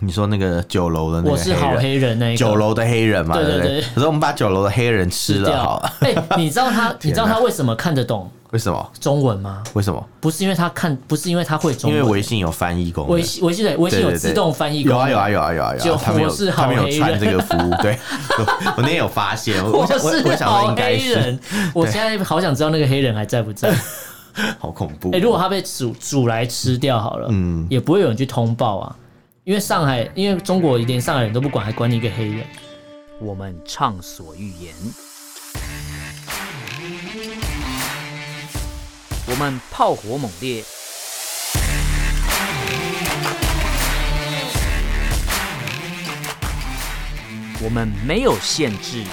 你说那个九楼的那个我黑是人，好黑人那一个九楼的黑人嘛，对对不对可是我们把九楼的黑人吃吃了掉好了，。哎、你知道 他，你知道他为什么看得懂为什么？中文吗？为什么？不是因为他看，不是因为他会中因文，为微信有翻译功能，微信微信对微信对有对对自动翻译功有啊能，有啊有啊有啊有就啊，他们有我是好他们有黑穿人这个服务，对，我我那天有发现，我 我想我是我想说好应该黑是，人，哎我现在好想知道那个黑人还在 不在。好恐怖哎、。如果他被煮煮来吃掉好了，嗯也不会有人去通报啊，因为上海，因为中国连上海人都不管，还管你一个黑人。我们畅所欲言；我们炮火猛烈；我们没有限制。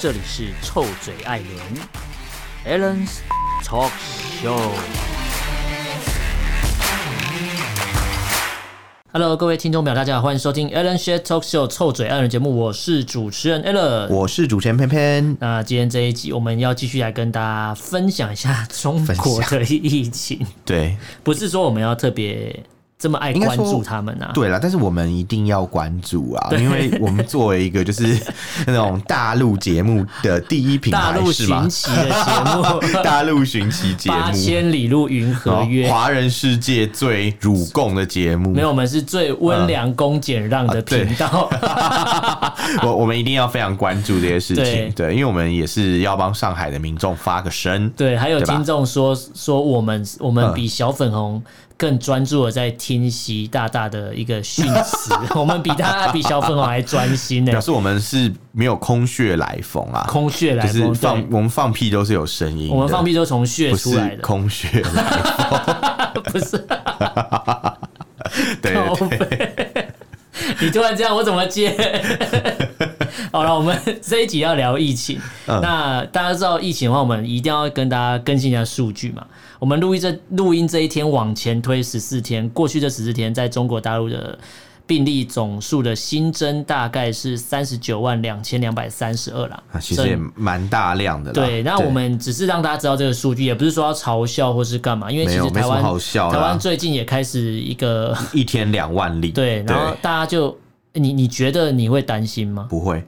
这里是臭嘴艾伦 a l l e n s Talk Show。 Hello，各位听众朋友，大家好，欢迎收听 Alan s h a r Talk Show 臭嘴爱人节目，我是主持人 Alan。我是主持人偏偏，那今天这一集，我们要继续来跟大家分享一下中国的疫 情，对不是说我们要特别这么爱应该关说注他们啊，对了，但是我们一定要关注啊，因为我们作为一个就是 那种大陆节目的第一品大牌陆是吗寻？奇的节 目，大陆寻奇节八目，千里路云和哦月。华人世界最辱共的节目，没有，我们是最嗯温良恭俭让的频道。啊我我们一定要非常关注这些事对情，对，因为我们也是要帮上海的民众发个声， 对，还有对吧听众说说我们我们嗯比小粉红更专注的在听习大大的一个训词， 我们比他比小粉红还专心呢、表示我们是没有空穴来风啊，空穴来就是风，放对，我们放屁都是有声音的，我们放屁都从穴不出来是的，空穴来，不是 对靠对对，背你突然这样，我怎么接？ 好了，我们这一集要聊疫情。嗯那大家知道疫情的话，我们一定要跟大家更新一下数据嘛。我们录音这录音这一天往前推十四天，过去这十四天在中国大陆的病例总数的新增大概是三十九万两千两百三十二啦啊，其实也蛮大量的啦，对，那我们只是让大家知道这个数据，也不是说要嘲笑或是干嘛，因为其没实有没台什么湾好笑台的湾啦，最近也开始一个一天两万例，对，然后大家就你你觉得你会担心吗？不会，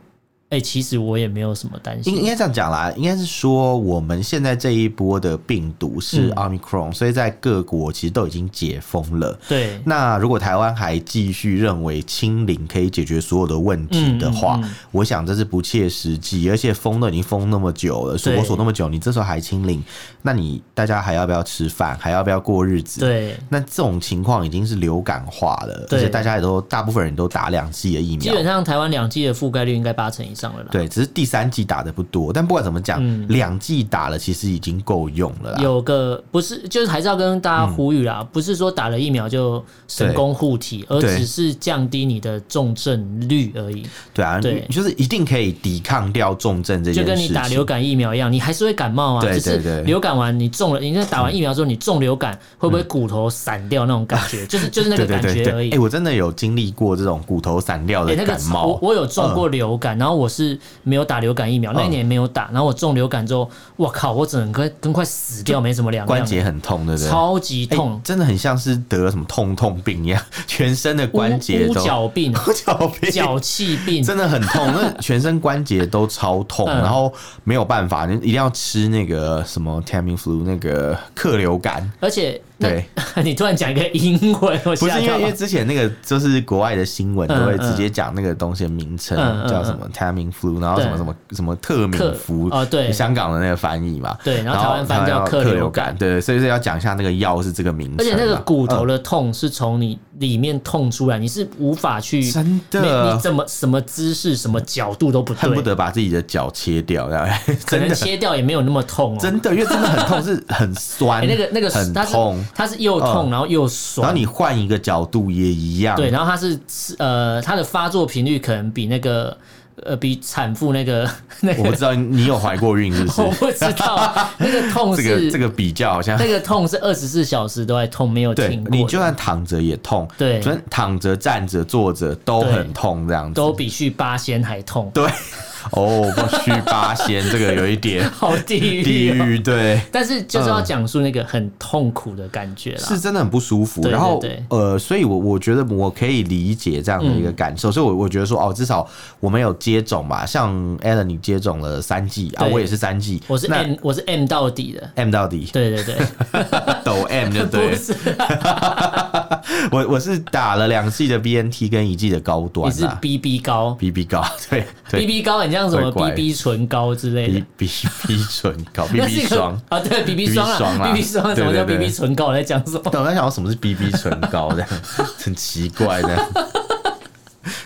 哎、其实我也没有什么担应应心。该这样讲啦，应该是说我们现在这一波的病毒是嗯 Omicron，、所以在各国其实都已经解封了。对，那如果台湾还继续认为清零可以解决所有的问题的话，嗯嗯嗯我想这是不切实际，而且封都已经封那么久了，锁对锁那么久，你这时候还清零，那你大家还要不要吃饭？还要不要过日子？对，那这种情况已经是流感化了，对而且大家也都大部分人都打两剂的疫基苗，本上台湾两剂的覆盖率应该八成以上了啦。，对，只是第三季打的不多，但不管怎么讲，两季打了其实已经够用了啦。嗯嗯有个不是，就是还是要跟大家呼吁啦，不是说打了疫苗就神功护体，而对只是降低你的重症率而已。对啊，对你就是一定可以抵抗掉重症这件就事情。跟你打流感疫苗一样，你还是会感冒啊，对只对是对嗯流感完你中了，你在打完疫苗之后你中流感，会不会骨头散掉那种感觉？就是就是那对个嗯对对感觉对，而已哎、。我真的有经历过这种骨头散掉的欸那个呃感冒。我我有中过流感，然后我是没有打流感疫苗，那一嗯年没有打，然后我中流感之后，我靠，我整个跟快死掉没什么两样，关节很痛，对不对？超级哎痛，真的很像是得了什么痛痛病一样， 全身的关节乌乌都 脚病、乌脚病，脚气病，真的很痛，那全身关节都超痛，嗯然后没有办法，你一定要吃那个什么 Tamiflu 那个克流感，而且那对， 你突然讲一个英文，我不 吓是因到为因为之前那个就是国外的新闻都嗯会直接讲那个东西的名称嗯嗯叫什么 Taming flu，然后什么对什么什么特敏福特哦对香港的那个翻译嘛，对然后台湾翻叫克克流流感感，对，所以是要讲一下那个药是这个名称嘛，而且那个骨头嗯的痛是从你里面痛出来，你是无法去真的你你怎么什么姿势、什么角度都不恨不对，得把自己的脚切掉，然后 可真能的切掉也没有那么痛哦。真的，因为真的很痛，是很 酸，欸那个那个很它痛是，它是又痛嗯然后又然酸后，你换一个角度也一样，对，然后它是呃，它的发作频率可能比那个呃，比产妇那个那我不个知道你有怀过孕是不 我是？不知道，啊 那个痛这是、个这个比较好像那个痛是二十四小时都在痛，没有对停过的，你就算躺着也痛，对就算躺着、站着、坐着都很痛，这样子都比去八仙还痛。对。 哦，不虚八仙，这个有一 点好地狱、地哦狱， 对。但是就是要讲述那个很痛苦的感觉啦。是真的很不舒服。对然后对对嗯呃，所以我我觉得我可以理解这样的一个感受，所以我我觉得说哦，至少我们有接种嘛，像 Alan 你接种了三剂啊，对我也是三剂，我是那 M，我是 M 到底的。 M 到底对对对， 抖 M 就对 不了，是，啊 我我是打了两剂的 BNT 跟一剂的高你端啊是啦 BB 膏 BB 膏，对对，BB 膏很像什么怪怪 BB 唇膏之类的 B。B B 唇膏哎那是一 BB 个霜。啊，对 BB BB 霜啦霜啦 b b 霜什么叫啊对对对 BB 唇膏？我在讲什么？但我在想，什么是 BB 唇膏这样，很奇怪这样。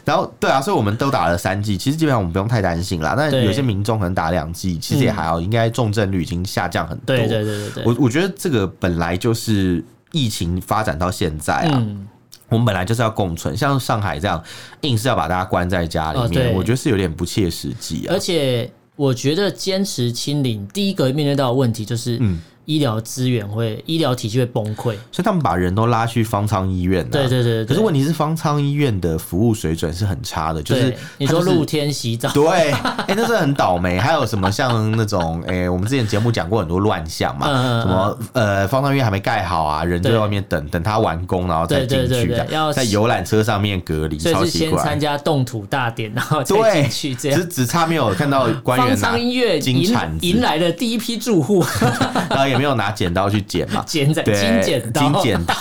然后对啊，所以我们都打了三剂，其实基本上我们不用太担心啦。但对嗯有些民众可能打两剂，其实也还好，应该重症率已经下降很多。对对对对对，我我觉得这个本来就是疫情发展到现在啊，嗯，我们本来就是要共存。像上海这样，硬是要把大家关在家里哦面，对我觉得是有点不切实际啊而。且我觉得坚持清零，第一个面对到的问题就是嗯医疗资源会、医疗体系会崩溃。所以他们把人都拉去方舱医院、啊，对对对对，可是问题题是，方舱医院的服务水准是很差的，就是你它说就是露天洗澡，对， 哎、那真的很倒霉。还有什么像那种，哎、 我们之前节目讲过很多乱象嘛，嗯嗯嗯什么呃，方舱医院还没盖好啊，人就在对外面等等它完工，然后再对进对对去这对样，要在游览车上面隔离，所以超是奇先参怪。加动土大典，然后对啊再进去这只样。只差没有看到官方员拿舱医院啊金迎铲子，迎来了第一批住户， 然后也没有拿剪刀去剪嘛，剪在对，金剪刀，金 剪刀，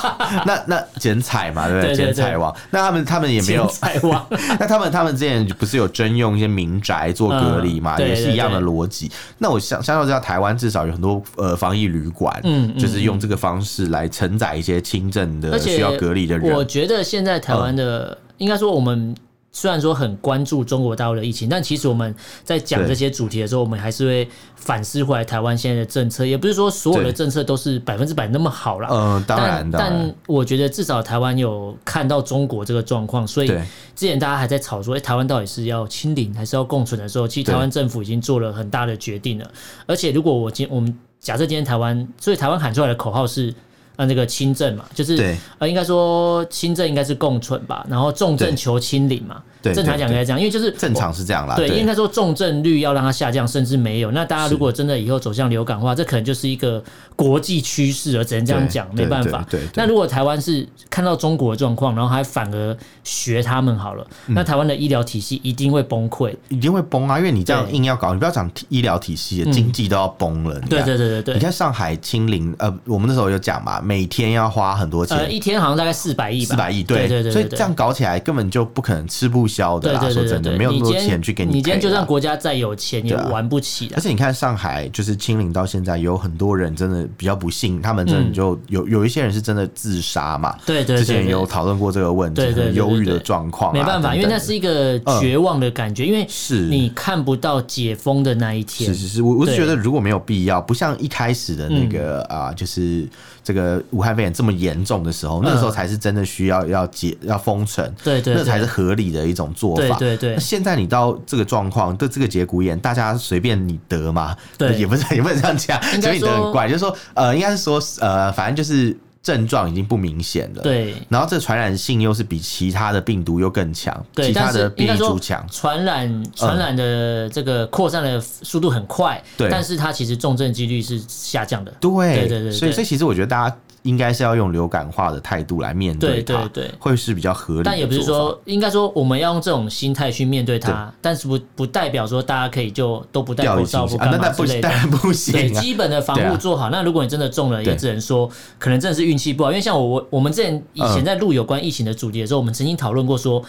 那那剪彩嘛，对不对？对对剪对彩网，那他们他们也没有剪彩网，那他们他们之前不是有征用一些民宅做隔离嘛，嗯对也是一样的逻辑。那我相相较之下，台湾至少有很多呃防疫旅馆，嗯嗯就是用这个方式来承载一些轻症的而且需要隔离的我人。嗯觉得现在台湾的，应该说我们虽然说很关注中国大陆的疫情，但其实我们在讲对这些主题的时候，我们还是会反思回来台湾现在的政策，也不是说所有的对政策都是百分之百那么好啦。嗯、当然，但当然但，我觉得至少台湾有看到中国这个状况，所以对之前大家还在吵说，哎、台湾到底是要清零还是要共存的时候，其实对台湾政府已经做了很大的决定了。而且如果我今我们假设今天台湾，所以台湾喊出来的口号是。呃，那个轻症嘛，就是对呃，应该说轻症应该是共存吧，然后重症对求清零嘛，对正常对讲应该这样，因为就是正我常是这样啦。对，应对该说重症率要让它下降，甚至没有。那大家是如果真的以后走向流感化，这可能就是一个国际趋势了，只能这样讲，对没办法。对对对那如果台湾是看到中国的状况，然后还反而学他们好了，嗯那台湾的医疗体系一定会崩溃。一定会崩啊，因为你这样对嗯硬要搞，你不要讲医疗体系，经济都要崩了。你对看对对对你对。看上海清零，呃，我们那时候有讲嘛，每天要花很多呃，钱，一天好像大概四百亿吧，四百亿，对对对，所以对这样搞起来根本就不可能吃不消的对啦。对说对对真的，对，没有那你么今多天钱去给你今天赔就啦算国家再有钱也对啊玩不起的而。且你看上海，就是清零到现在，有很多人真的比较不幸，他们真的就、有有一些人是真的自杀嘛。嗯对对对之前对有讨论过这个问题，对对对可能忧郁对的对状况、啊，没办法，等等嗯因为那是一个绝望的感觉，因为是你看不到解封的那一天是。是是，我我是对嗯觉得如果没有必要，不像一开始的那个啊、就是这个武汉肺炎这么严重的时候，那个时候才是真的需要要解要封城，嗯对对那才对是合理的一种做法。对对对那现在你到这个状况，对这个节骨眼，大家随便你得嘛，对也不是 也不能这样讲，随应该便你得很说怪，就是说呃，应该是说呃，反正就是症状已经不明显了。。对，然后这传染性又是比其他的病毒又更强，对，其他但的是应变该异说株强，传嗯染传染的这个扩散的速度很快，对但是它其实重症几率是下降的。对对对对所以对所以其实我觉得大家应该是要用流感化的态度来面对它，对对会是比较合理的做法。但也不是说，应该说我们要用这种心态去面对它，但是不不代表说大家可以就都不戴掉口以罩、轻心不啊，干那嘛那之不类行， 的当。然不对行啊。基本的防对啊护做好，那如果你真的中了，对也只能说可能真的是运气不好。因为像我我我们之前以前在录有关疫情的主题的时候，我们曾经讨论过说，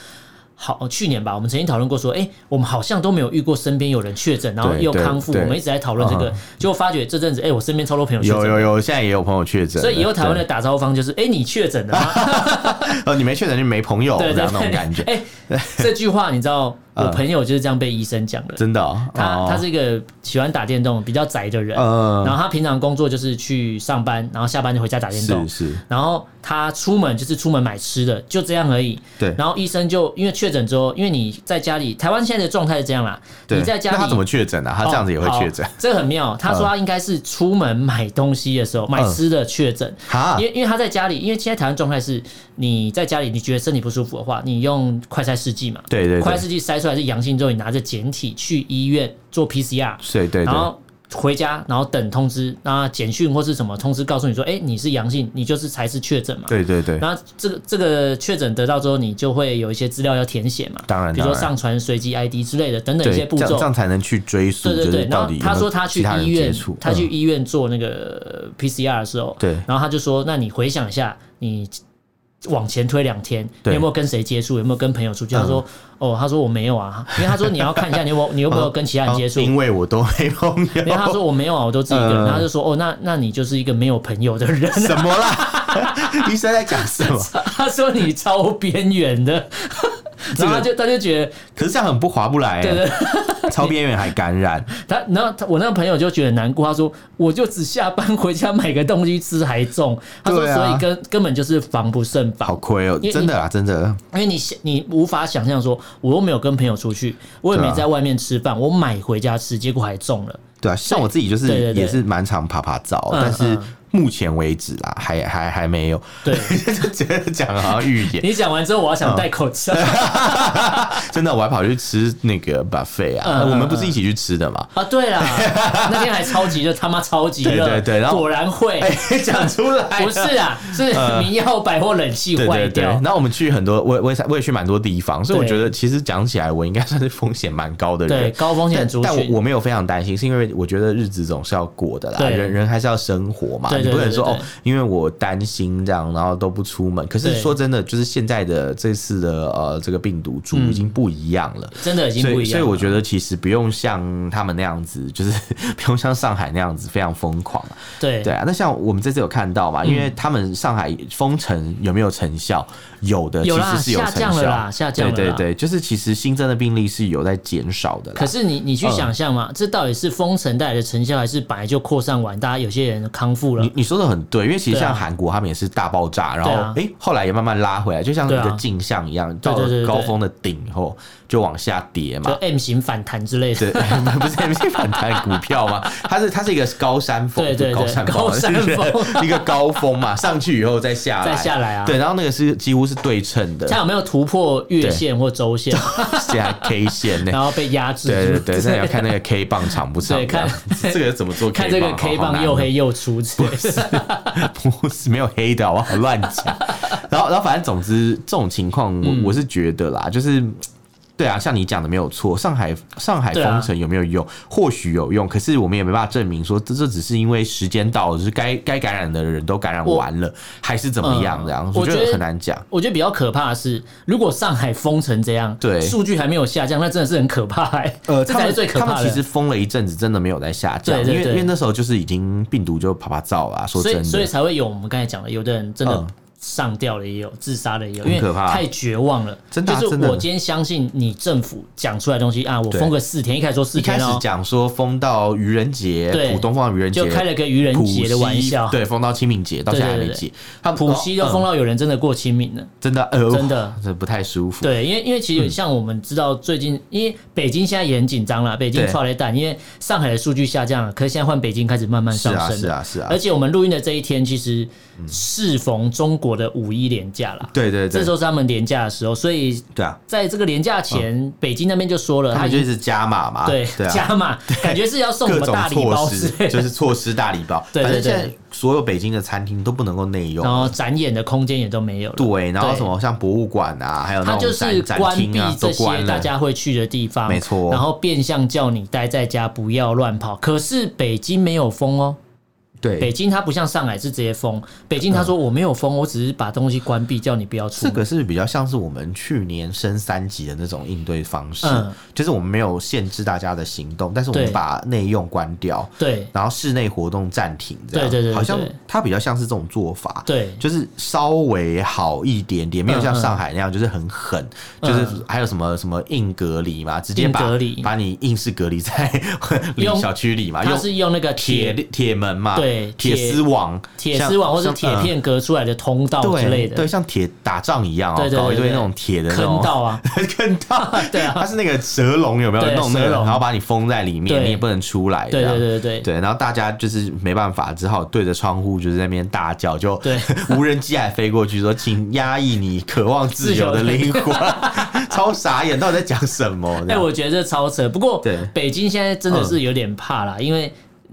好去年吧，我们曾经讨论过说，哎、我们好像都没有遇过身边有人确诊，然后对又对康复，对嗯我们一直在讨论这个，结果发觉这阵子，哎、我身边超多朋友确有有诊。有，现在也有朋友确诊了，所以以后台湾的对打招呼方就是，哎、你确诊 了吗？呃，你没确诊就没朋友，这对对样对，那种感觉，嗯哎、这句话你知道，我朋友就是这样被医生讲的。真的哦。他哦他是一个喜欢打电动、比较宅的人，嗯然后他平常工作就是去上班，然后下班就回家打电动是。是，然后他出门就是出门买吃的，就这样而已。对然后医生就因为确诊之后，因为你在家里，台湾现在的状态是这样啦。对。你在家里，那他怎么确诊啊？他这样子也会哦确诊嗯好？这个很妙。他说他应该是出门买东西的时候，买吃的确诊。哈因，为因为他在家里，因为现在台湾状态是，你在家里你觉得身体不舒服的话，你用快筛试剂嘛，对对对快筛试剂筛出来来是阳性之后，你拿着检体去医院做 PCR，对对然对，后回家，然后等通知，那简讯或是什么通知告诉你说，哎、你是阳性，你就是才是确诊嘛。对对对，那这个这个确诊得到之后，你就会有一些资料要填写嘛，当然比如说当然上传随机 ID 之类的等等一对些步这样这骤样。才能去追溯，对对就是对，然到后底有没有他说他去其他人医院接触，他去嗯医院做那个 PCR 的时候，对然后他就说，那你回想一下，你往前推两天，你对嗯有没有跟谁接触？有没有跟朋友出去？他说，哦，他说我没有啊，因为他说你要看一下你有没有你有没有跟其他人接触哦，因为我都没朋友，因为他说 我没有啊，我都自己一个人。嗯然后他就说哦，那那你就是一个没有朋友的人。 什么啦？ 医生在讲什么？他说你超边缘的，然后他就他就觉得可是这样很不划不来、欸，对超边缘还感 染，他，然后他我那个朋友就觉得难过，他说我就只下班回家买个东西吃还重，他说对啊所以根根本就是防不胜好防，亏哦、因为真的啊，真的，因为你想你无法想象说我又没有跟朋友出去，我也对啊没在外面吃饭，我买回家吃，结果还中了。对啊，像我自己就对对是对也是蛮常爬爬照，嗯但是嗯目前为止啦，还还还没有， 对就直接讲好像预言，你讲完之后，我要嗯想戴口罩。真的我还跑去吃那个 buffet 啊，嗯嗯我们不是一起去吃的嘛？啊，对啦，那天还超级热，他妈超级热，对对对然后果然会，哎，讲出来了，嗯不是啊，是民耀百货冷气对坏对对，掉然。后我们去很多，我我也我也去蛮多地方，所以我对觉得其实讲起来，我应该算是风险蛮高的人对，高风险但族但群我我没有非常担心，是因为我觉得日子总是要过的啦，对人人还是要生活嘛，对对你不对能对说对哦，因为我担心这样，然后都不出门。可是对说真的，就是现在的这次的呃这个病毒株已经不一样了。真嗯的已经所以，不一所样以了。我觉得其实不用像他们那样子，就是 不用像上海那样子非常疯狂啊对嗯对啊，那像我们这次有看到嘛，因为他们上海封城有没有成效？有的，有其啦实是有下成降了效啦下降了对啦对对，就是其实新增的病例是有在减少的啦。可是你你去嗯想象嘛，这到底是封城带来的成效，还是本来就扩散完，大家有些人康复了你？你说的很对，因为其实对啊像韩国他们也是大爆炸，然后对啊哎、诶后来也慢慢拉回来，就像对啊一个镜像一样，到对对对了对高峰的顶以后就往下跌就嘛。 M 型反弹之类的。对， 不是 M C 反弹股票吗？它是它是一个高山峰，对对对高山峰，啊高山峰 就是一个高峰嘛，上去以后再下来，再下来啊对，然后那个是几乎是对称的，它有没有突破月线或周线，加 K 线呢 然？后被压制对对住？对，那要看那个 K 棒长不长。对看这样这个怎么做 K 棒？ 看这个好 K 好难棒哦又黑又粗之类 的，不是没有黑的，好不好？乱讲。然后，然后反正总之这种情况，我、嗯我是觉得啦，就是。对啊，像你讲的没有错，上海上海对啊封城有没有用？或许有用，可是我们也没办法证明说这这只是因为时间到了，就是该该感染的人都感染完了，还是怎么样嗯这样？我觉觉得很难讲。我觉得比较可怕的是，如果上海封成这样，对数据还没有下降，那真的是很可怕、欸。这呃他才们是最可他怕的。们其实封了一阵子，真的没有在下降，对对因为对因为那时候就是已经病毒就啪啪照啦。说所真以的，所以才会有我们刚才讲的，有的人真的嗯上吊了也有，自杀了也有，很因为可怕太绝望了。真的啊就是真的我今天相信你政府讲出来的东西啊，我对封个四天，一开始说四一开天始哦、讲说封到愚人节对，浦东放到愚人节，就开了个愚人普节的玩西笑。，对，封到清明节到现在还没解。他们浦西都封哦到有人真的过清明了。嗯真的，呃，真的哇这不太舒服。对，因为因为其嗯实像我们知道，最近因为北京现在也很紧张了，北京对超雷蛋，因为上海的数据下降了，可是现在换北京开始慢慢是上升啊，了。是啊，是啊嗯而，且我们录音的这一天，其实适逢中国的五一连假啦，对对这对时，候是他们连假的时候，所以对啊，在这个连假前，北京那边就说了，嗯他们已就经一直加码嘛，对 对啊。加码，感觉是要送什各么种大礼包措之施类 的，就是措施大礼 包，对反对正现对在所有北京的餐厅都不能够内用然，后展演的空间也都没有了。对，然后什么像博物馆啊，还有那它就种是展展关闭厅啊，这都些关大了。家会去的地方，没错然后变相叫你待在家，不要乱跑。可是北京没有封哦，北对，嗯京它不像上海是直接封，北京他说我没有封，我只是把东西关闭，叫你不要出这门。个是比较像是我们去年升三级的那种应对方式嗯，就是我们没有限制大家的行动，但是我对们把内用关掉，对然后室内活动暂停，这样对对对对好像对它比较像是这种做法，对，就是稍微好一点点，没有像上海那样就是很狠，嗯就是还有什么什么硬隔离嘛，直接把硬隔离把你硬是隔离在用小区里嘛，他啊用是用那个铁铁铁门嘛，对对铁丝网、铁像丝网或是像铁嗯片隔出来的通道对哦之类的对，，像铁打仗一样哦对，对搞一对堆对那种铁的那种坑道啊，，坑道 对啊它是那个蛇笼有没有对弄那个，蛇笼然后把你封在里面，对你也不能出来，这对对样对对对，对，然后大家就是没办法，只好对着窗户就是在那边大叫，就对 无人机还飞过去说：“请压抑你渴望自由的灵魂。” 超傻眼，到底在讲什么？这哎、样我觉得这超扯。不过啊对北京现在真的是有点怕啦，因为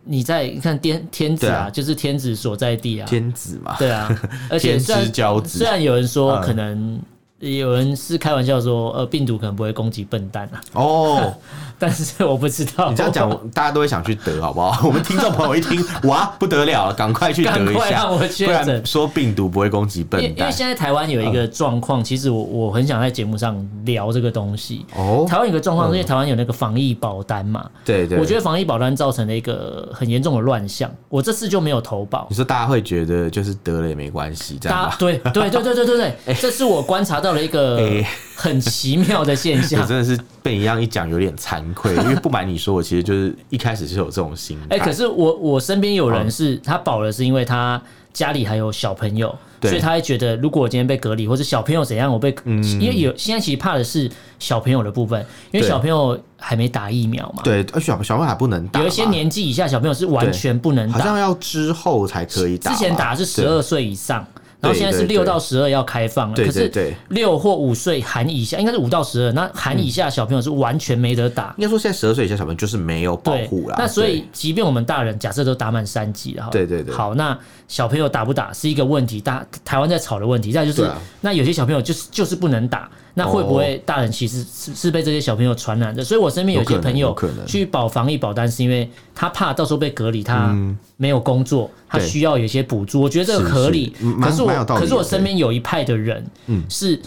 你在你看天天子对啊，啊就是天子所在地啊，天子嘛， 对啊，而且天虽然之骄子虽然有人说嗯可能。有人是开玩笑说，呃，病毒可能不会攻击笨蛋啊， 哦，但是我不知道。你这样哦讲，大家都会想去得，好不好？ 我们听众朋友一听，哇，不得了了，赶快去得 赶一快下，让我确不然诊说病毒不会攻击 因为笨因为蛋嗯现在台湾有一个状况，其实我我很想在节目上聊这个东西。哦台。湾有个状况，因为台湾有那个防疫保单嘛，对对，我觉得得防疫保单造成了一个很严重的乱象。我这次就没有投保你，说大家会觉得就是得了也没关系，这样大吧家？对对对对 对对对，这是我观察到了一个哎很奇妙的现我 象。真的是被你一样一讲有点惭 愧，因为不瞒你说，我其实就是一开始是有这种心态。哎、可是我我身边有嗯人是他保了，是因为他家里还有小朋友，对嗯所以他会觉得，如果我今天被隔离，或者小朋友怎样，我被，因为有现在其实怕的是小朋友的部分，因为对小朋友还没打疫苗嘛，对，而小小朋友还不能打嘛，有一些年纪以下小朋友是完全不能好打，像要之后才可以打吧，之前打是十二岁以上。然后现在是对对六对到十二要开放了，对可对是对六或五岁含以下，应该是五到十二，那含以下小朋友是完全没得打对。应该说现在十二岁以下小朋友就是没有保对护啦。那所以对，即便我们大人假设都打满三剂了哈，对对对好，那小朋友打不打是一个问题，大台湾在吵的问题。再就是，对啊那有些小朋友就是就是不能打，那会不会大人其实是、是被这些小朋友传染的？所以我身边有些可能朋友有可能去保防疫保单，是因为他怕到时候被隔离，他没有工作，他嗯对需要有一些补助。我觉得这个是合是理。嗯蛮可是蛮有我道理的可是我对嗯身边有一派的人，是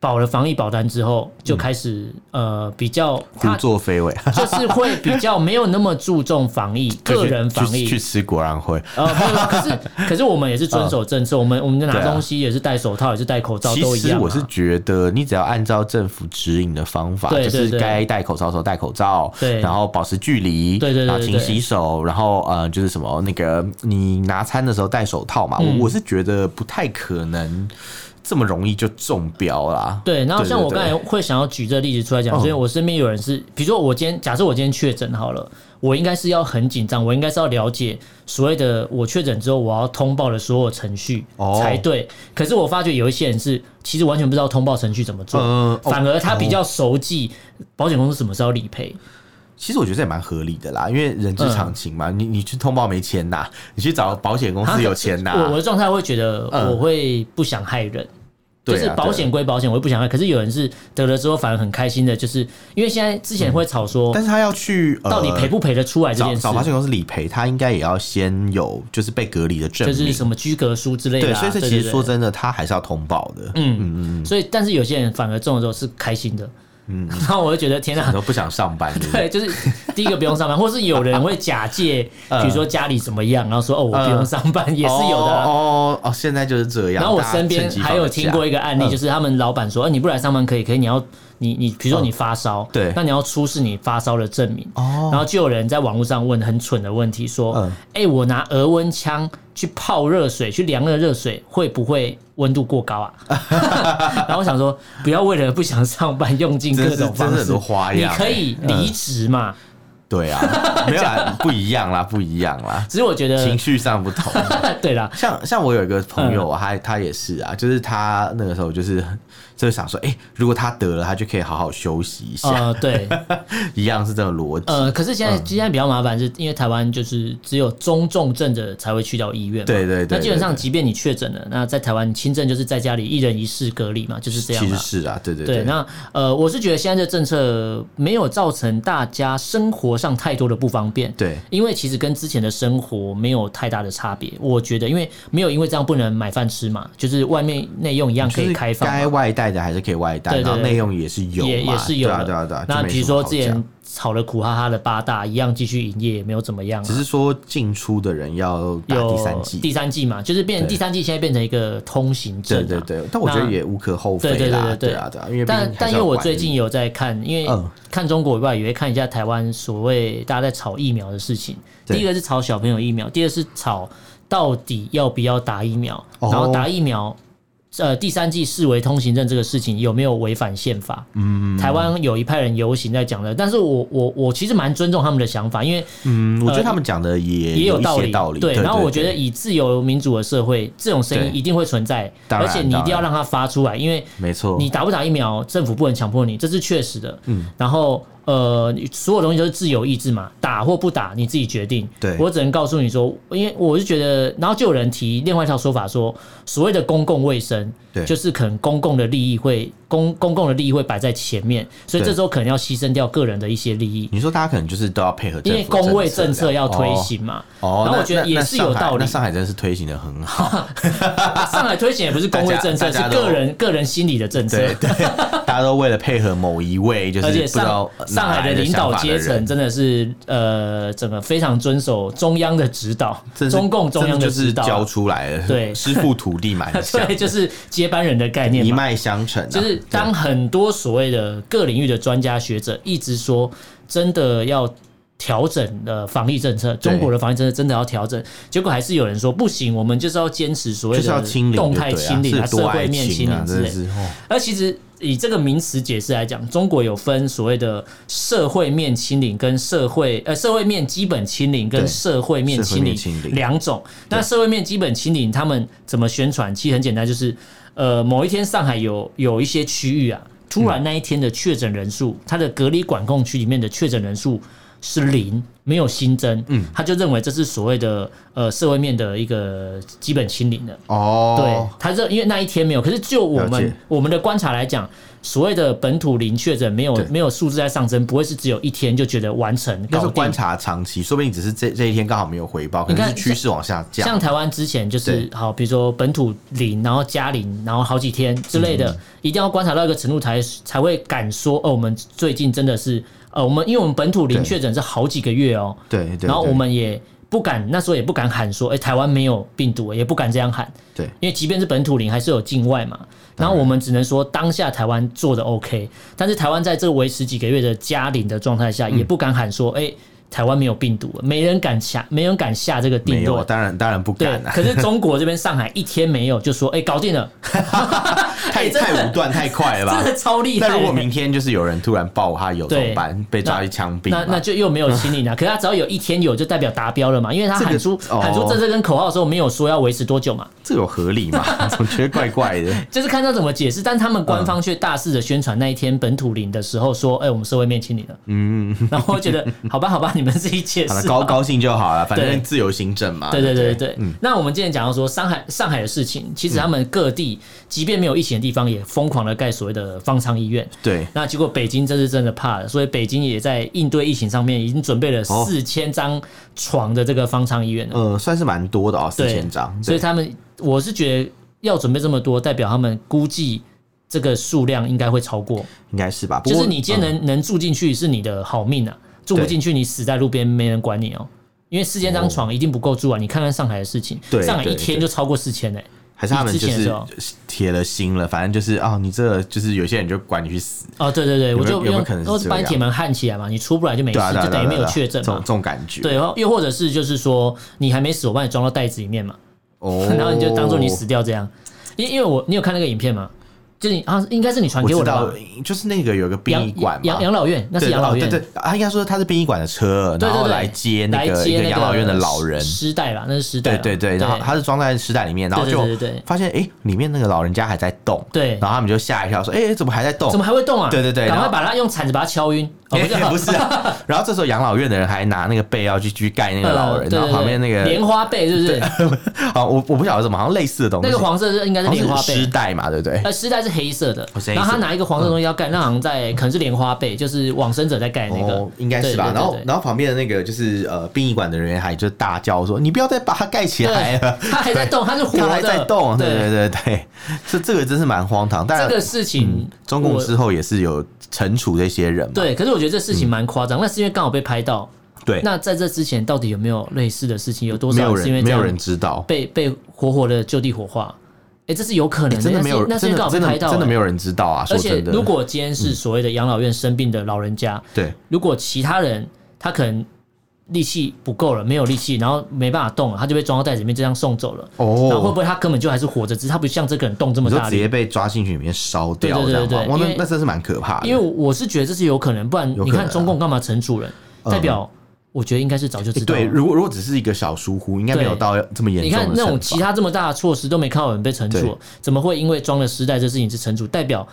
保了防疫保单之后就开始、呃比较胡他作 非为，就是会比较没有那么注重 防疫，个人防去去疫。吃果然会。呃，没有，可 是可是我们也是遵守政策，我们我们拿对啊东西也是戴手套，也是戴口罩，其都一实样啊。我是觉得，你只要按照政府指引的方法，对就对是对该戴口罩的时候戴口罩，对然后保持距离，对对对然后对勤对洗手，然后呃，就是什么那个你拿餐的时候戴手套嘛，嗯我我是觉得不太可能这么容易就中标啦。对，然后像我对刚对才会想要举这个例子出来讲，嗯所以我身边有人是，比如说我今天假设我今天确诊好了，我应该是要很紧张，我应该是要了解所谓的我确诊之后我要通报的所有程序哦才对。可是我发觉有一些人是其实完全不知道通报程序怎么做，嗯哦反而他比较熟记保险公司什么时候理赔。其实我觉得这也蛮合理的啦，因为人之常情嘛。你你去通报没钱拿，你去找保险公嗯啊司有钱拿，我我的状态会觉得嗯我会不想害人。就对啊是保险。对啊归保险，我会不想害。可是有人是得了之后反而很开心的，就是因为现在之前会吵说嗯但是他要去、呃、到底赔不赔得出来这找件事找，保险公司理赔，他应该也要先有就是被隔离的证就明。是什么居格书之类的、对，啊。所以这对其实说，对真的，他还是要通报的。对嗯嗯，所以但是有些人反而中了之后是开心的，嗯， 然后我就觉得天你啊。都不想上班，对不对对，就是第一个不用上班，或是有人会假借， 嗯比如说家里怎么样，然后说哦我不用上班，也是有的啊。哦哦，哦现在就是这样。然后我大家身边趁机放还有个听假过一个案例，嗯就是他们老板说，哎，你不来上班可以，可以你要你你，比如说你发烧，嗯对那你要出示你发烧的证明。哦然后就有人在网络上问很蠢的问题，说嗯，哎，我拿额温枪去泡热水，去量热热水，会不会温度过高啊？ 然后我想说，不要为了不想上班，用尽各真是种真方是很式多。花你样，欸嗯可以离职嘛？对 啊，没有啦，不一样啦，不一样啦，只是我觉得情，绪上不同。 对啦，像像我有一个朋友嗯啊，他他也是啊，就是他那个时候就是就是想说，哎、如果他得了，他就可以好好休息一下，呃，对， 一样是这种逻辑。呃，可是现嗯在、现在比较麻烦，是因为台湾就是只有中重症的才会去到医院嘛。对对对那基本上，对对即便你确诊了，那在台湾轻症就是在家里一人一室隔离嘛，就是这样其实嘛。是啊，对对对，那呃，我是觉得现在这政策没有造成大家生活上太多的不方便。对因为其实跟之前的生活没有太大的差别，我觉得，因为没有因为这样不能买饭吃嘛，就是外面内用一样可就是以开放嘛。该外带的还是可以外带，对对然后对内用也是有嘛，也也是有对啊的。对啊对啊。那就没比如什么说好之讲前吵得苦哈哈的八大一样继续营业，也没有怎么样、啊。只是说进出的人要打有第三季，第三季嘛，就是变对第三季现在变成一个通行证、对啊。对对，但我觉得也无可厚非啦，对对对对对啊对啊，因为毕竟但还是但因为要我管理最近有在看，因为嗯看中国以外，也会看一下台湾所谓大家在炒疫苗的事情。对第一个是炒小朋友疫苗，第二是炒到底要不要打疫苗，哦然后打疫苗。呃，第三季视为通行证这个事情有没有违反宪法？嗯，台湾有一派人游行在讲的，但是我我我其实蛮尊重他们的想法，因为嗯，我觉得他们讲的也呃也有一道些理，道理。对，然后我觉得对以自由民主的社会，这种声音对一定会存在，当而然且你一定要当然让它发出来，因为没错，你打不打疫苗，政府不能强迫你，这是确实的。嗯，然后呃，你所有东西都是自由意志嘛，打或不打你自己决定。对我只能告诉你说，因为我是觉得，然后就有人提另外一套说法说，所谓的公共卫生，对就是可能公共的利益会公公共的利益会摆在前面，所以对这时候可能要牺牲掉个人的一些利益。你说大家可能就是都要配合政因府的为公卫政策策要推哦行嘛，哦，然后那我觉得那也那是上有海道理那上海真的是推行的很好。 上海推行也不是公卫政策，大是家大家都个人个人心理的政策。对对，大家都为了配合某一位，就是而且不知道呃上上海的的领导想法阶的层人，真的是呃，整个非常遵守中央的指导，真是中共中央真的的就是指导，啊教出来的，对师傅徒弟蛮像 对，，就是接班人的概念一嘛。脉相承啊。就是当很多所谓的各领域的专家学者一直说，真的要调整呃防疫政策，中国的防疫政策真的要调整，结果还是有人说不行，我们就是要坚持所谓就是要的清零就对啊，动态清零啊，是多社爱会面清情啊零，之真类的。是哦而其实以这个名词解释来讲，中国有分所谓的社会面清零跟社会呃社会面基本清零跟对社会面社会清面零清零两种。那社会面基本清零他们怎么宣传？其实很简单，就是呃某一天上海有有一些区域啊，突然那一天的确诊人数，它的隔离管控区里面的确诊人数。是零，没有新增，嗯，他就认为这是所谓的呃社会面的一个基本清零的，对哦，，他这因为那一天没有，可是就我了们解我们的观察来讲，所谓的本土零确诊没有对没有数字在上升，不会是只有一天就觉得完成要搞是定观。察长期，说不定只是这这一天刚好没有回报，可你能看是趋势往下降像。台湾之前就是好，比如说本土零，然后加零，然后好几天之类嗯的，一定要观察到一个程度才才会敢说哦，我们最近真的是呃，我们因为我们本土零对确诊是好几个月哦，对对对，然后我们也不敢那时候也不敢喊说，哎、台湾没有病毒，也不敢这样喊。对因为即便是本土零，还是有境外嘛。然后我们只能说当下台湾做的 OK，但是台湾在这维持几个月的加零的状态下，嗯也不敢喊说，哎、台湾没有病毒，没人敢下，没人敢下这个定没有，论。当然当然不对敢，啊，可是中国这边上海一天没有，就说哎、搞定了，太哎真 的太武断太快了吧 真？的超厉害、那如果明天就是有人突然爆他有怎么对办？被抓去枪毙那嘛？那就又没有清零了、可是他只要有一天有，就代表达标了嘛，因为他这个喊出、哦喊出这这根口号的时候，没有说要维持多久嘛。这有合理吗？ 总觉得怪怪的。就是看他怎么解释，但他们官方却大肆的宣传那一天本土零的时候说，哎、我们社会面清零了，嗯，然后我觉得好吧，好吧，你们自己解好了，释吧。高高兴就好了，反啊对正自由行政嘛。对对不对对对，那我们今天讲到说上嗯海上海的事情，其实他们各地、即便没有疫情的地方，也疯狂的盖所谓的方舱医院。对，那结果北京这次真的怕了，所以北京也在应对疫情上面已经准备了哦四千张床的这个方舱医院了。呃，算是蛮多的哦，四对千张。所以对他们我是觉得要准备这么多，代表他们估计这个数量应该会超过。应该是吧？不就过是你今天嗯能、能住进去是你的好命啊，住不进去你死在路边没人管你哦。因为四千张床一定不够住啊！你看看上海的事情，对上海一对天对就超过四千嘞。哎还是他们你之就前的是时候铁了心了，反正就是哦，你这就是有些人就管你去死，哦，对对对，有我没有就有没有用可能是都是这把你样铁门焊起来嘛，你出不来就没事对啊，，对啊就对啊等于没有对啊确诊这种嘛这。种感觉，对，，哦又或者是就是说你还没死，我把你装到袋子里面嘛，哦，然后你就当做你死，掉这样。因因为我你有看那个影片吗？就是你啊，应该是你传我给知的吧道，？就是那个有个殡养仪馆嘛养。养老院，那是对养老院，哦对对，他应该说他是殡仪馆的车，对然对后对来接那来个一接个那养老院的老人，尸袋啦，那是尸袋对啦。对对，然后他是装在尸袋里面，然后对就对对对发现哎，诶里面那个老人家还在动，对然后他们就吓一跳，说哎，怎么还在动怎？么还会动啊？对对对然赶快后把它用铲子把它敲晕。哦， 也不是啊，不是啊，然后这时候养老院的人还拿那个被要去去盖那个老人， 呃对然后对旁边那对个莲花被是不是？啊，我我不晓得怎 么，好像类似的东西， 那个黄色是应该是好像莲花是被丝。带嘛，对不对？呃，丝带是黑色的哦，是黑色然后他拿一个黄色的东西要盖，那好像在可能是莲花被，就是往生者在盖那个哦，，应该是吧。对然后，对对对然后旁边的那个就是呃，殡仪馆的人员还就大叫说：“你不要再把它盖起来了，对，他还 在动，他是活它的，还在动。”啊对对，对对对，这这个真是蛮荒唐。这但个事情嗯中共我之后也是有惩处这些人嘛，对，可是我觉得这事情蛮夸张，那是因为刚好被拍到。嗯对，那在这之前，到底有没有类似的事情？有多没有少是因为人这没样有人知道。被被活活的就地火化？哎，这是有可能真的没有，那是真那的是稿被真拍的到欸，真的没有人知道啊！说而且真的，嗯如果今天是所谓的养老院生病的老人家，对如果其他人他可能力气不够了，没有力气，然后没办法动了，他就被装到袋子里面这样送走了。然后会不哦，会他根本就还是活着，只是他不像这个人动这你么说大直接力？被抓进去里面烧掉对对这样对吗？对哇，那因为那真是蛮可怕的。因为我是觉得这是有可能，不然有可你能啊看中共干嘛惩处人？嗯哎代表我觉得应该是早就知道了。对，如果如果只是一个小疏忽，应该没有对到这么严你重的看惩罚。那种其他这么大的措施都没看到有人被惩对处，怎么会因为装了尸袋这事情是惩处？代表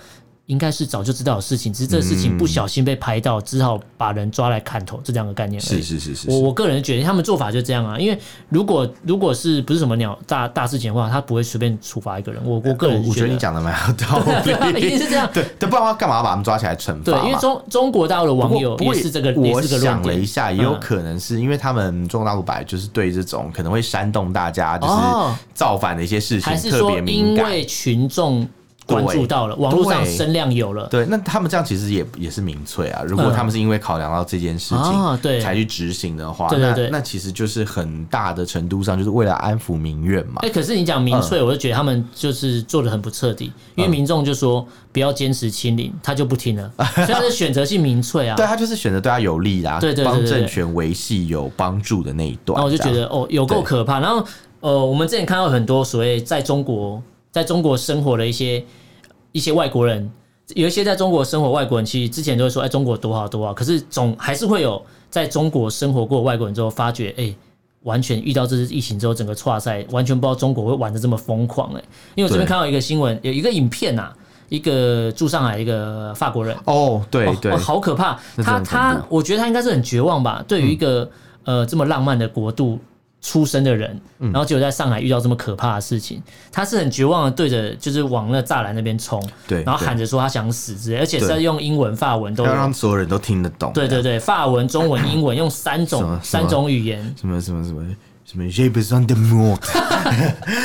应该是早就知道的事情，只是这个事情嗯不小心被拍到，只好把人抓来砍头，这两个概念而是已。是是是我是，我个人觉得他们做法就这样啊，因为如果如果是不是什么鸟大大事情的话，他不会随便处罚一个人。我我个人哦我觉得觉你讲的蛮有道 对一定理。是这样。 对，但不然的话，干嘛把他们抓起来惩罚对，嘛？因为中中国大陆的不网过友不也过是这个，我也是这个论想了点一。下，也有嗯可能是因为他们中国大陆本来就是对这种可能会煽动大家就是哦造反的一些事情还是特说别敏因感。为群众关注到了，网络上对声量有了，对，那他们这样其实也也是民粹啊。如果嗯他们是因为考量到这件事啊情对才去执行的话，对对对那那其实就是很大的程度上就是为了安抚民怨嘛嗯哎、。可是你讲民粹，我就觉得他们就是做的很不彻底，因为民众就说不要坚持清零，他就不 听了，所以他是选择性民粹啊。对他就是选择对他有利啦，对对对对帮对政权维系有帮助的那一段。然后我就觉这样，得哦，有够对可怕。然后呃，我们之前看到很多所谓在中国在中国生活的一些一些外国人，有一些在中国生活的外国人，其实之前都会说哎，中国多好多好，可是总还是会有在中国生活过的外国人之后发觉哎。完全遇到这次疫情之后，整个跨赛完全不知道中国会玩的这么疯狂哎、因为我这对边看到一个新闻，有一个影片呐、一个住上海一个法国人，哦，对哦对哦，好可怕！那真他的很他恐，我觉得他应该是很绝望吧，对于一个、嗯呃这么浪漫的国度出生的人，嗯然后结果在上海遇到这么可怕的事情，他是很绝望的，对着就是往那栅栏那边冲，对然后对喊着说他想死之类，而且对是在用英文、法文都要让有，所有人都听得懂。对对对，法文、中文、英文用三啊 什种么什么三种语言， 什么什么什么什么 j a b e s o n de mort，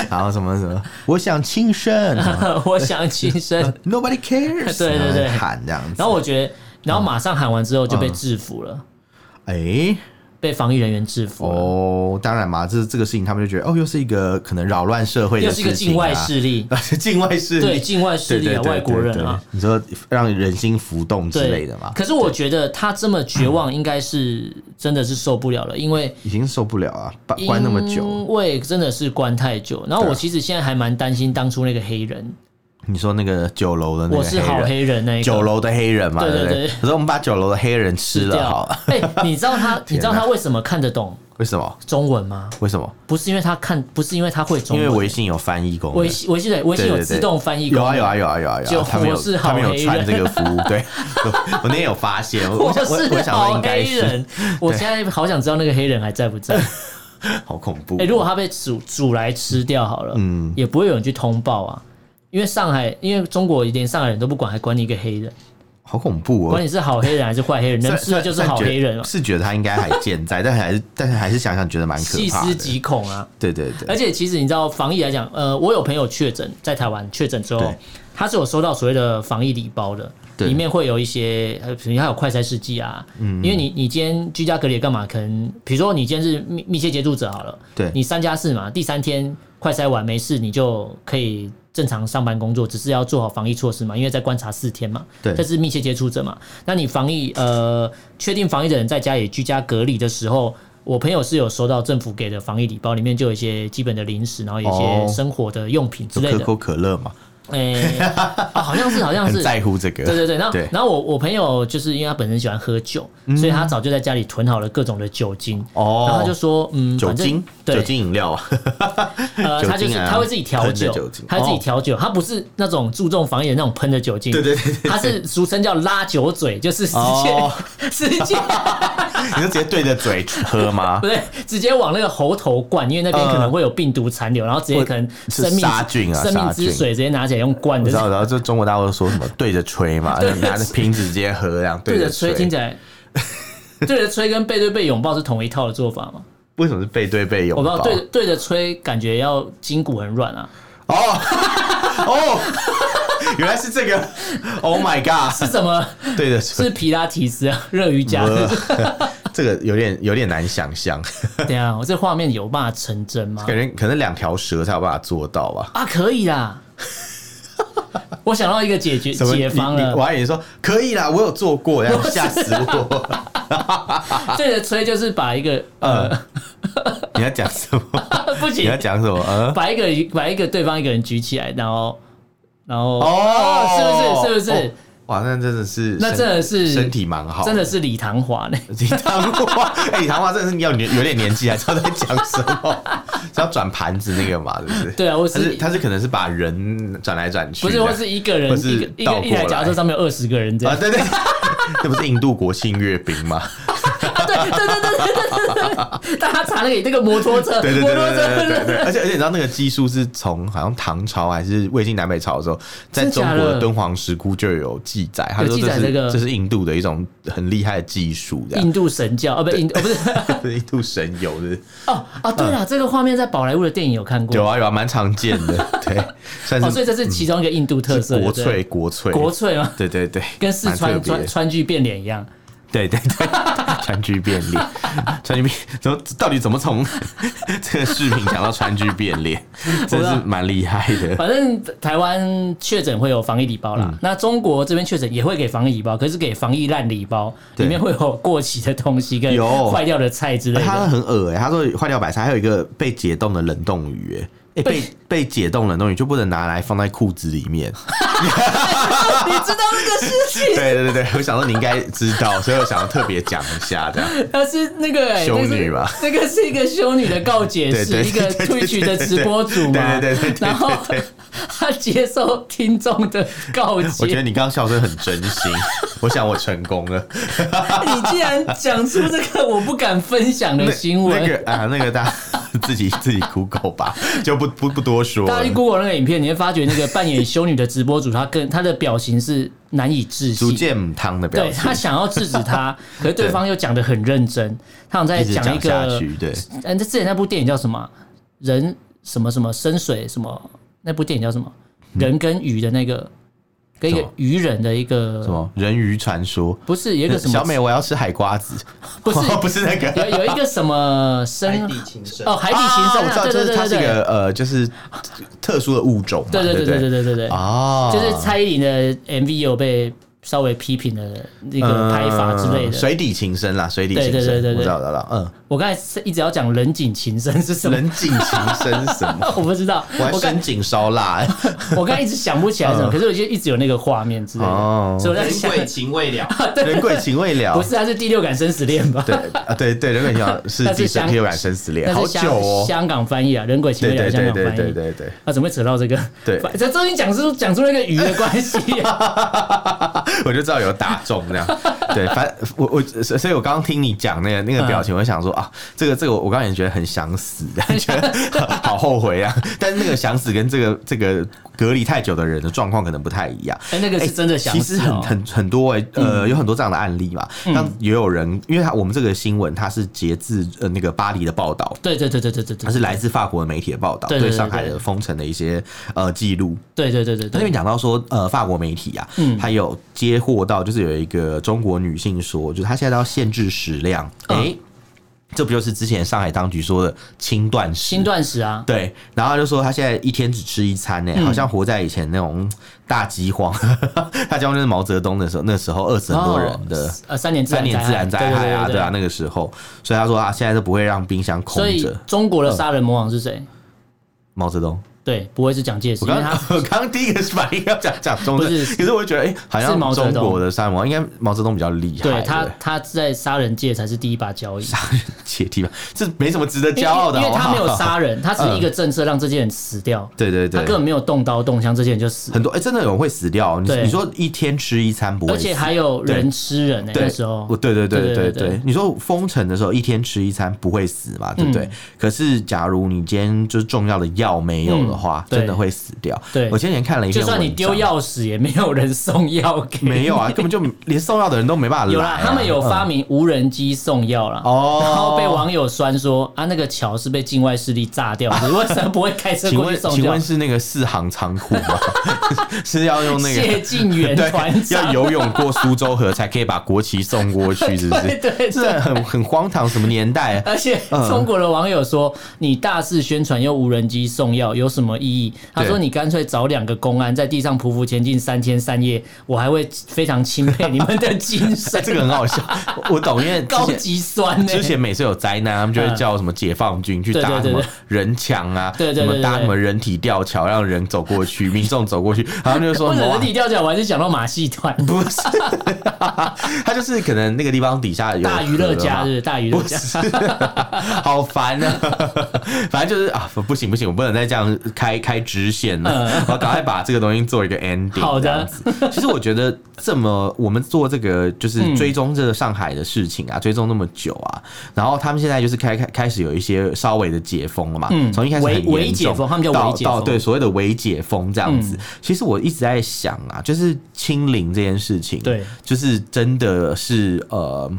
然后什么什么，我想轻生 我想起 身。 ，Nobody cares，对对对然后喊这样子。然后我觉得，然后马上喊完之后就嗯被制服了，哎、被防疫人员制服了。哦，当然嘛，这这个事情他们就觉得哦，又是一个可能扰乱社会又的是事一情、个啊，境外势力，境外势力，对境外势力 对啊，外国人啊，，对对对对你说让人心浮动之对类的嘛，可是我觉得他这么绝望，应该是真的是受不了了，因为已经受不了啊，把关那么久，因为真的是关太久。然后对啊我其实现在还蛮担心当初那个黑人，你说那个酒楼的那我个是好人。黑人那一个酒楼的黑人嘛，对对对不对可是我们把酒楼的黑人吃吃了掉好了，。 哎，你知道 他，你知道他为什么看得懂为什么？中文吗？为什么？不是因为他看，不是因为他会中因为文，微信有翻译功能，微信微信对微信对有对自对动翻译功有啊能，有啊有啊有啊有就啊，他们我有是好他们有黑穿人这个服务，对， 我我那天有发现，我我我想我我是想说好应该黑是，人，我现在好想知道那个黑人还在不在。好恐怖哎、。如果他被煮煮来吃掉好了，嗯，也不会有人去通报啊，因为上海，因为中国连上海人都不管，还管你一个黑人，好恐怖管哦！你是好黑人还是坏黑 人，能虽吃的就是好黑人嘛，哦是觉得他应该还健在， 但还是但是还是想想觉得蛮可细怕思的。极恐啊！对对而对，且其实你知道，防疫来讲，呃，我有朋友确诊在台湾确诊之后对，他是有收到所谓的防疫礼包的，对嗯里面会有一些，呃，比如还有快筛试剂啊，因为你你今天居家隔离干嘛？可能比如说你今天是密密切接触者好了，对你三加四嘛，第三天快筛完没事，你就可以。正常上班工作，只是要做好防疫措施嘛，因为在观察四天嘛，对这是密切接触者嘛。那你防疫呃，确定防疫的人在家里居家隔离的时候，我朋友是有收到政府给的防疫礼包，里面就有一些基本的零食，然后有一哦些生活的用品之就类可的。口可乐嘛，哎、啊 好像是，好像很是，在乎这个。对对对，然后对嗯然后我我朋友就是因为他本身喜欢喝酒，所以他早就在家里囤好了各种的酒精。哦然后他就说，嗯，酒反正精酒对，精饮料啊， 呃， 酒精啊他就是他会自己调喷的酒，酒精他会自己哦调酒，他不是那种注重防疫的那种喷的酒精，对对对对对 他是俗称叫拉酒嘴，就是直接哦 直接你就直接对着嘴喝吗 不？对，直接往那个喉头灌，因为那边可能会有病毒残留，然后直接可能是生命杀菌啊生命之杀菌水直接拿起来用灌我的知，道，然后就中国大陆说什么对着吹嘛，对着吹拿着瓶子直接喝这样，对着着吹听起来，对着吹跟背对背拥抱是同一套的做法吗？为什么是背对背拥我不知道抱？对对着吹，感觉要筋骨很 软啊，哦哦， 原来是这个，Oh my god！是什么？对着是吹，皮拉提斯啊，热瑜伽， 呃这个有点有点难想象， 对啊，我这画面有办法成真吗？感觉可能两条蛇才有办法做到吧。啊，可 以啦。我想到一个解决什么解你方你我了，还以为说可以啦，我有做过，然后吓死我。对着吹就是把一个啊呃，你要讲什么？ 不你要行，讲什么？呃，把一个把一个对方一个人举起来，然后然后哦是不是是不是哦？哇，那真的是，那真的是身体蛮哦好，真的。是李唐华呢？李唐华，哎，李唐华真的是你要有点年纪，还啊知道在讲什么，是要转盘子那个嘛，对不对？对啊，我他是是他是可能是把人转来转去不的，是我是一个人或是一个一倒个过一台脚踏车来上面有二十个人这啊，样，对对， 那不是印度国庆阅兵 吗？啊啊大家查那个那个摩托车，对对摩对托对对车对对，而且而且你知道那个技术是从好像唐朝还是魏晋南北朝的时候，在真中假国的的敦煌石窟就有记载，他有说记这载是这个这是印度的一种很厉害的技术，这样印度神教啊，不印哦不是印度神油的哦啊，对了，这个画面在宝莱坞的电影有看过有，啊有啊，蛮常见的，对，算 哦，所以是这是其中一个印度特色，国对不对粹国粹国粹 吗？对对对，跟四蛮特川别的川川剧变脸一样，对对对，川剧变脸，川剧变怎么到底怎么从 这个视频讲到川剧变 脸，真是蛮厉害的。反正台湾确诊会有防疫礼包嗯啦，那中国这边确诊也会给防疫礼包，可是给防疫烂礼包，对里面会有过期的东西跟有坏掉的菜之类他的。很恶哎、他说坏掉白菜，还有一个被解冻的冷冻鱼、欸，哎、被被解冻冷冻鱼就不能拿来放在裤子里 面。 你知道这个事 情？对对对对，我想说你应该知道，所以我想要特别讲一下 这样。它是那个欸修女吧？这个是这个是一个修女的告解对对是一个对对对 Twitch 的直播主嘛，对对对对对对对然后他接受听众的告解，我觉得你刚刚笑声很真 心，我想我成功了。哎你竟然讲出这个我不敢分享的新闻，那个啊，那个大家自己自己 Google 吧，就不不不多说大了家去。Google 那个影片，你会发觉那个扮演修女的直播主，她跟她的表情是难以置逐信。渐汤的表对情，她想要制止他，可是对方又讲的很认真，他想在一直讲一讲下个，去，对，嗯，这之前那部电影叫什么啊？人什么什么深水什么？那部电影叫什么？人跟鱼的那个，跟一什个么鱼人的一个什么人鱼传说。不是有一个什么小美，我要吃海瓜子，不是不是那个，有有一个什么海生底情深。哦海底行啊生我啊，知道，对就对是对它对是一对个呃，就是特殊的物种嘛，对对对对对不对对对。哦，就是蔡依林的 MV 有被稍微批评的那个拍法之类嗯的。水底情深啦，水底情深，对对对对对我知道，知道知道，嗯，我刚才是一直要讲人景情深是什么，人景情深什么？ 我不知道。我还我刚深井烧腊，欸我刚才一直想不起来什 嗯么，可是我就一直有那个画面之类哦的，所以我在人想，鬼情未了，人鬼情未了，不是，它是第六感生死恋吧？对啊，对对，人鬼情未了是那是第三香天染生死恋， 那好是久香哦，香港翻译啊，人鬼情对未对了的香对港对翻对译。对对，啊，怎么会扯到这个？对反这终于讲出讲出那个鱼的关系、啊我就知道有打中这样。对，反我我，所所以我刚刚听你讲那个那个表嗯情，我就想说啊，这个这个我，我刚刚也觉得很想死， 觉得好后悔啊。但是那个想死跟这个这个隔离太久的人的状况可能不太一样。哎、那个是真的想、哦嗯其实很。很很多哎、呃，有很多这样的案例嘛。那、也有人，因为他我们这个新闻它是截自呃那个巴黎的报道，对对对对对对对它，是来自法国的媒体的报道，对对对上海对的封城的一些呃记录。对对对对那边对，讲到说，呃，法国媒体啊，嗯他有接获到，就是有一个中国女性说，就是她现在要限制食量，嗯诶，这不就是之前上海当局说的轻断食？新断食啊，对，然后他就说她现在一天只吃一餐呢、嗯好像活在以前那种大饥荒， 大饥荒就是毛泽东的时候，那时候饿死很多人的。哦呃三年自三然年自然灾害啊，对对啊，，那个时候，所以他说啊，现在都不会让冰箱空所以着。中国的杀人魔王是谁？毛泽东，对，不会是蒋介石，我因刚 为他我刚刚第一个反应要讲讲中正不是可是我就觉得哎、好是像毛泽中东国的三毛应该毛泽东比较厉害，对他不他在杀人界才是第一把交椅，切题吧，这没什么值得因为骄傲的因为好不他好没有杀人，他只是一个政策让这些人死掉， 对对他对根，本没有动刀动枪，这些人就死了，很多哎、真的有人会死掉，你对你说一天吃一餐不会而死，且还有人吃人呢，欸对哦那时候我对对对对对对对对你说封城的时候嗯一天吃一餐不会死嘛，对不对？可是假如你今天就是重要的药没有的话，嗯对真的会死掉。对我前几天看了一篇就文章，算你丢钥匙，也没有人送药给你。没有啊，根本就连送药的人都没办法来啊。有啦，他们有发明无人机送药啦。哦然后被网友酸说啊，那个桥是被境外势力炸掉 的，为什么不会开车请过去问送请药问？是那个四行仓库吗？ 是要用那谢个晋元 对团要长，游泳过苏州河才可以把国旗送过去，是不 对是？对对这很很荒唐，什么年代 啊？而且嗯中国的网友说，你大肆宣传用无人机送药有什么意义？他说对你干脆找两个公安在地上匍匐前进三天三夜，我还会非常钦佩你们的精神。 这个很好笑，我我懂，因为之 高前级酸欸呢、之前每次有灾难，他们就会嗯叫什么解放军去对搭对什对么对人墙啊，对对什么对搭对什么人体吊桥，让人走过去，民众走过去，然后就说 或什者么是。你吊脚，我还是想到马戏团。啊不是， 他就是可能那个地方底下有大娱乐河嘛家是不是大娱乐家， 好烦啊！ 反正就是啊，不不行不行，我不能再这样开开支线了， 我要赶快把这个东西做一个 ending。嗯好的，其实我觉得这么我们做这个嗯就是追踪这个上海的事情啊，追踪那么久啊，然后他们现在就是开开开始有一些稍微的解封了嘛，嗯从一开始很微微严重解封他们叫微到解到封对所谓的微解封这样嗯子。其实我一直在想啊，就是清零这件事情，对，就是真的是呃。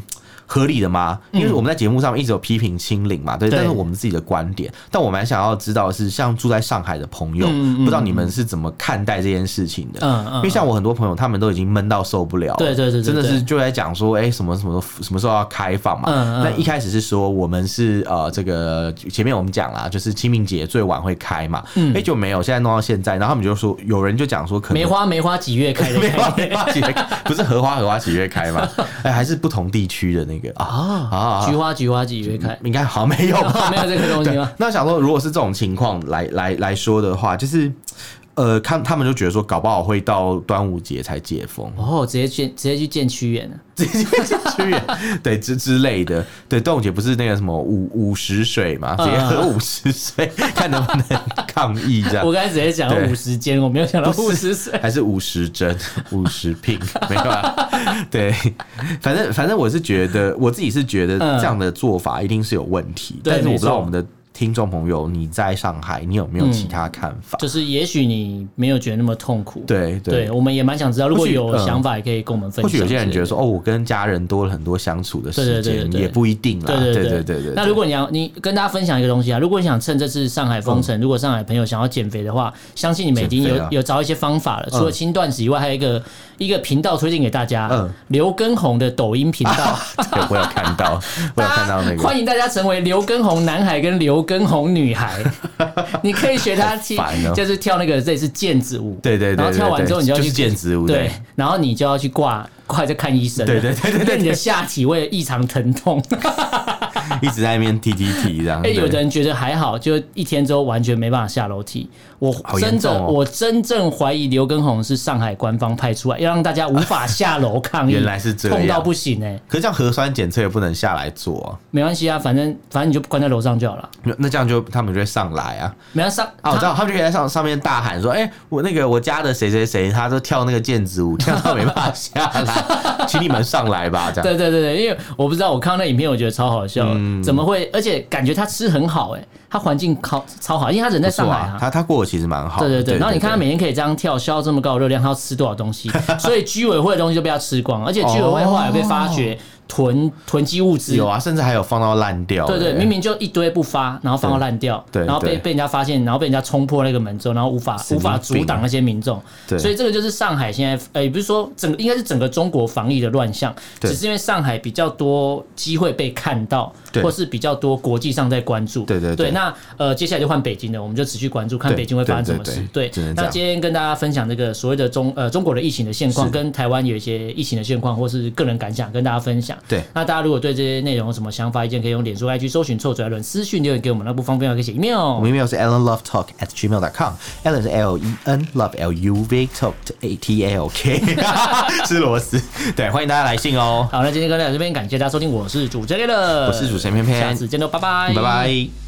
合理的吗？因为我们在节目上面一直有批评清零嘛，对，嗯对但是我们自己的观点。但我蛮想要知道的是，像住在上海的朋友，嗯嗯不知道你们是怎么看待这件事情的？嗯因嗯为，像我很多朋友，他们都已经闷到受不了了，对对对对真的对是就在讲说，哎、什么什么什么时候要开放嘛？嗯嗯那一开始是说我们是呃这个前面我们讲啦，就是清明节最晚会开嘛，哎、就没有，现在弄到现在，然后他们就说有人就讲说可能嗯梅花梅花几月开 的梅花概梅念？花几月开？不是荷花荷花几月开 吗？哎，还是不同地区的那个啊啊啊菊花菊花几 月开？哦应该好像没有吧？啊没有这个东西对吗？， 那想说，如果是这种情况来来来说的话，就是呃，看他们就觉得说，搞不好会到端午节才解封，哦，直接见直接去见屈原了。直接进去，啊 对之之类的。对，端午节不是那个什么五五十水嘛，直接喝 五十水，看能不能抗议这样嗯我。刚才直接讲到对五十间，我没有想到五十岁。还是五十针、 五十瓶， 没有啊？对，反正反正我是觉得，我自己是觉得嗯这样的做法一定是有问题，对但是我不知道没错我们的听众朋友你在上海，你有没有其他看法？就是也许你没有觉得那么痛苦，对嗯对，对。我们也蛮想知道，如果或许有嗯想法也可以跟我们分或享。许有些人觉得说，哦，我跟家人多了很多相处的时对对对间，对对也不一定啦。对对啊对对对对对。那如果你要，你跟大家分享一个东西啊，如果你想趁这次上海封城，如果上海朋友想要减肥的话，相信你们已经嗯减有肥啊有找一些方法了。除了轻断食以外，还有一个一个频道推荐给大家嗯， 刘畊宏的抖音频道，对我有看到， 我有看到那个 欢迎大家成为刘畊宏男孩跟刘畊宏 女孩，你可以学他踢好烦哦，就是跳那个这是毽子舞，对对对对然后跳完对之后你就要就是去毽子舞对对，然后你就要去挂挂着看医生，啊对对对对对因为你的下体会异常 疼痛，一直在那边踢踢踢这样。 哎，对有的人觉得还好，就一天之后完全没办法下楼梯，我好严真重的哦我真正怀疑刘畊宏是上海官方派出来要让大家无法下楼抗议， 原来是这样痛到不行哎，可是这样核酸检测也不能下来做啊，没关系啊，反正反正你就关在楼上就好了，那那这样就他们就会上来啊。没有上啊，我知道，他们就可以在上上面大喊说：“哎、我那个我家的谁谁谁，他都跳那个毽子舞，跳到没办 法下来，请你们上来吧。”这样，对对对对，因为我不知道，我看到那影片，我觉得超好笑的，嗯怎么会？而且感觉他吃很好、欸，哎，他环境超超好，因为他人在不上错海啊啊。，他他过得其实蛮好对的。对对，然后你看他每天可以这样跳，消耗这么高的热量，他要吃多少东 西？所以居委会的东西就被他吃光，而且居委会后来被发觉囤囤积物资，有啊，甚至还有放到烂掉的。对对，明明就一堆不发，然后放到烂掉，对然后被对被人家发现，然后被人家冲破那个门之后，然后无法神无经法阻挡那些民众，啊对所以这个就是上海现在，呃，也不是说整个应该是整个中国防疫的乱象，对只是因为上海比较多机会被看到，对或是比较多国际上在关注，对对对对。那呃，接下来就换北京了，我们就持续关注，看对北京会发生什么对事。对对对只能，这那样今天跟大家分享这个所谓的中呃中国的疫情的现况，是跟台湾有一些疫情的现况，或是个人感想，跟大家分享。对那大家如果对这些内容有什么想法、意见，可以用脸书、IG 搜寻“臭嘴艾伦”私讯留言给我们，那不方便的可以写 email 我。们 email 是 allenlovetalk at gmail dot com，allen 是 L E N love L U V talk A T A L K，是螺丝。对，欢迎大家来信哦。好，那今天跟大家到这边感谢大家收听，我是主持人 a l 我是主持人偏偏下次见喽，拜拜，拜拜。